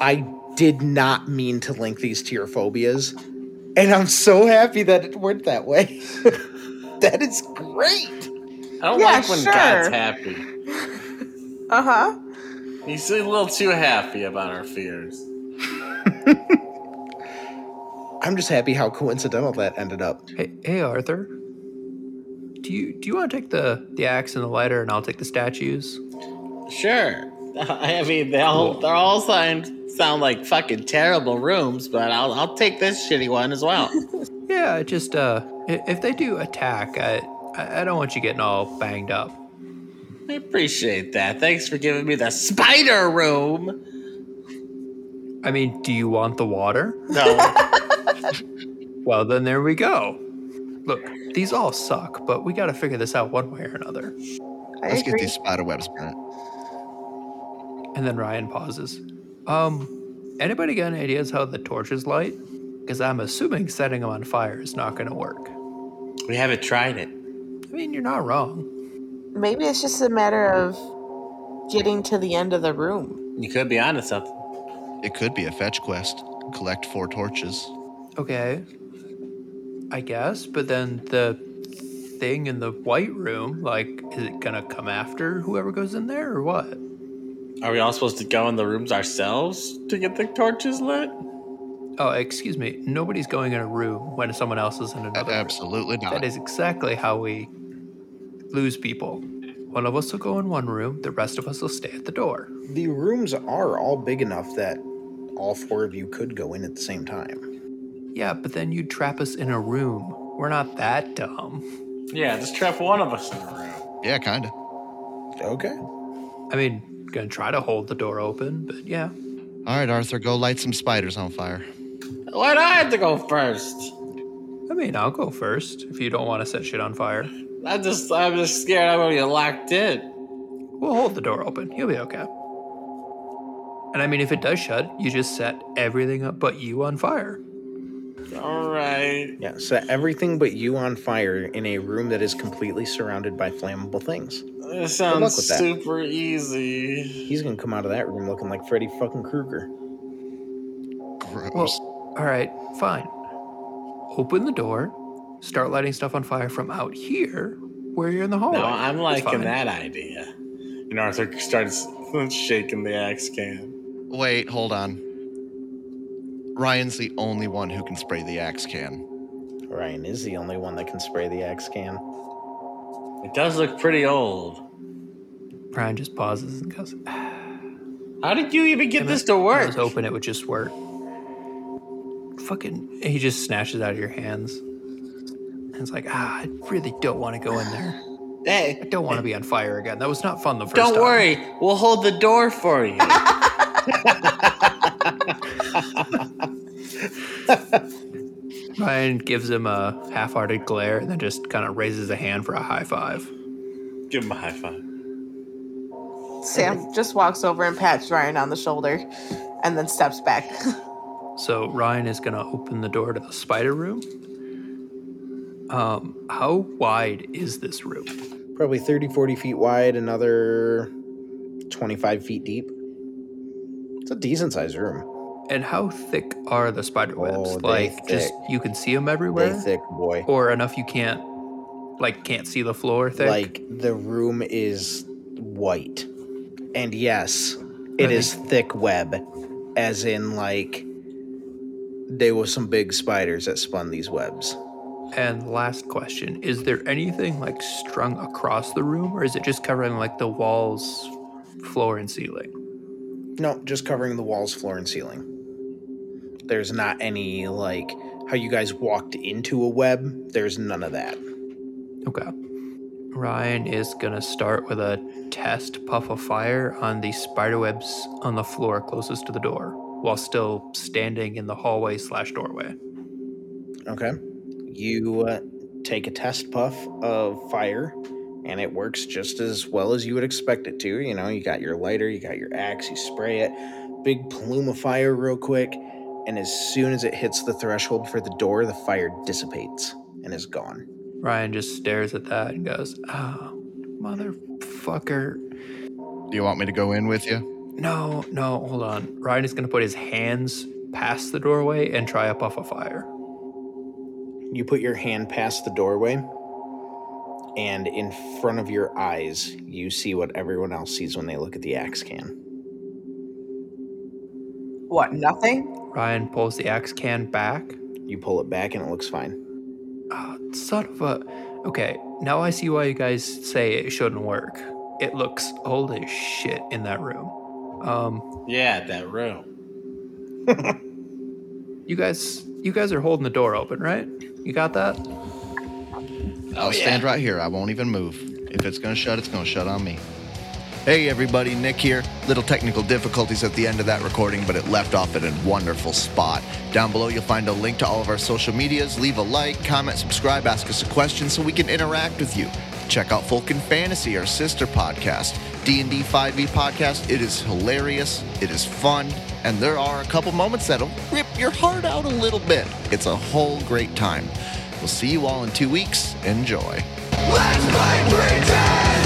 B: I did not mean to link these to your phobias. And I'm so happy that it worked that way. that is great.
F: I don't
D: Yeah,
F: like when
D: sure.
F: God's happy.
D: Uh huh.
F: He's a little too happy about our fears.
B: I'm just happy how coincidental that ended up.
E: Hey, hey, Arthur. Do you do you want to take the the axe and the lighter, and I'll take the statues?
F: Sure. I mean, they all they're all sound sound like fucking terrible rooms, but I'll I'll take this shitty one as well.
E: Yeah, I just uh, i- if they do attack, I I I don't want you getting all banged up.
F: I appreciate that. Thanks for giving me the spider room.
E: I mean, do you want the water?
F: No.
E: Well, then there we go. Look, these all suck, but we got to figure this out one way or another.
D: I
A: Let's get
D: agree.
A: these spider webs burnt.
E: And then Ryan pauses. Um, anybody got any ideas how the torches light? Because I'm assuming setting them on fire is not going to work.
F: We haven't tried it.
E: I mean, you're not wrong.
D: Maybe it's just a matter of getting to the end of the room.
F: You could be onto something.
A: It could be a fetch quest. Collect four torches.
E: Okay. I guess, but then the thing in the white room, like, is it going to come after whoever goes in there or what?
F: Are we all supposed to go in the rooms ourselves to get the torches lit?
E: Oh, excuse me. Nobody's going in a room when someone else is in another. room.
A: Absolutely not.
E: That is exactly how we lose people. One of us will go in one room, the rest of us will stay at the door.
B: The rooms are all big enough that all four of you could go in at the same time.
E: Yeah, but then you trap us in a room. We're not that dumb.
F: Yeah, just trap one of us in a room.
A: yeah, kinda.
B: Okay.
E: I mean, gonna try to hold the door open, but yeah.
A: All right, Arthur, go light some spiders on fire.
F: Why do I have to go first?
E: I mean, I'll go first if you don't want to set shit on fire.
F: I just, I'm just scared I'm gonna get locked in.
E: We'll hold the door open. You'll be okay. And I mean, if it does shut, you just set everything up but you on fire.
F: All right.
B: Yeah, set everything but you on fire in a room that is completely surrounded by flammable things.
F: This
B: luck
F: sounds
B: with that.
F: super easy.
B: He's gonna come out of that room looking like Freddy fucking Krueger.
A: Gross.
E: Well, all right, fine. Open the door, start lighting stuff on fire from out here where you're in the hallway.
F: No, I'm
E: It's
F: liking
E: fine.
F: that idea. And Arthur starts shaking the axe can.
A: Wait, hold on. Ryan's the only one who can spray the axe can.
B: Ryan is the only one that can spray the axe can.
F: It does look pretty old.
E: Brian just pauses and goes,
F: How did you even get
E: "Damn
F: this
E: it,
F: to
E: if I
F: work?
E: was open, it would just work. Fucking, he just snatches out of your hands. And it's like, ah, I really don't want to go in there.
F: Hey,
E: I don't want to be on fire again. That was not fun the 1st time.
F: don't worry. We'll hold the door for you.
E: Ryan gives him a half-hearted glare and then just kind of raises a hand for a high five.
F: Give him a high five.
D: Sam just walks over and pats Ryan on the shoulder and then steps back.
E: So Ryan is going to open the door to the spider room. Um, how wide is this room?
B: Probably 30, 40 feet wide, another 25 feet deep. It's a decent sized room.
E: And how thick are the spider webs?
B: Oh, they
E: like just
B: thick.
E: you can see them
B: Way
E: everywhere
B: thick, boy.
E: or enough you can't like can't see the floor Oh, thick?
B: Like the room is white. And yes, it
E: Okay.
B: is thick web, as in like there were some big spiders that spun these webs.
E: and last question, is there anything like strung across the room or is it just covering like the walls, floor and ceiling?
B: No, just covering the walls, floor, and ceiling. There's not any like how you guys walked into a web. There's none of that.
E: Okay. Ryan is gonna start with a test puff of fire on the spiderwebs on the floor closest to the door, while still standing in the hallway slash doorway.
B: Okay. You uh, take a test puff of fire, and it works just as well as you would expect it to. You know, you got your lighter, you got your axe, you spray it, big plume of fire real quick, and as soon as it hits the threshold for the door, the fire dissipates and is gone.
E: Ryan just stares at that and goes, "Oh, motherfucker!"
A: Do you want me to go in with you?
E: No, no, hold on. Ryan is gonna put his hands past the doorway and try a puff of fire.
B: You put your hand past the doorway, and in front of your eyes, you see what everyone else sees when they look at the axe can.
D: what, nothing?
E: Ryan pulls the axe can back.
B: You pull it back, and it looks fine.
E: Ah, son of a. Okay, now I see why you guys say it shouldn't work. It looks old as shit in that room. Um,
F: Yeah, that room.
E: you guys, you guys are holding the door open, right? You got that?
A: I'll stand right here. I won't even move. If it's gonna shut, it's gonna shut on me. Hey everybody, Nick here. Little technical difficulties at the end of that recording, but it left off at a wonderful spot. Down below you'll find a link to all of our social medias. Leave a like, comment, subscribe, ask us a question so we can interact with you. Check out Vulcan Fantasy, e our sister podcast, D&D 5e podcast. It is hilarious, it is fun, and there are a couple moments that'll rip your heart out a little bit. It's a whole great time. We'll see you all in two weeks. Enjoy.
C: Let's play pretend!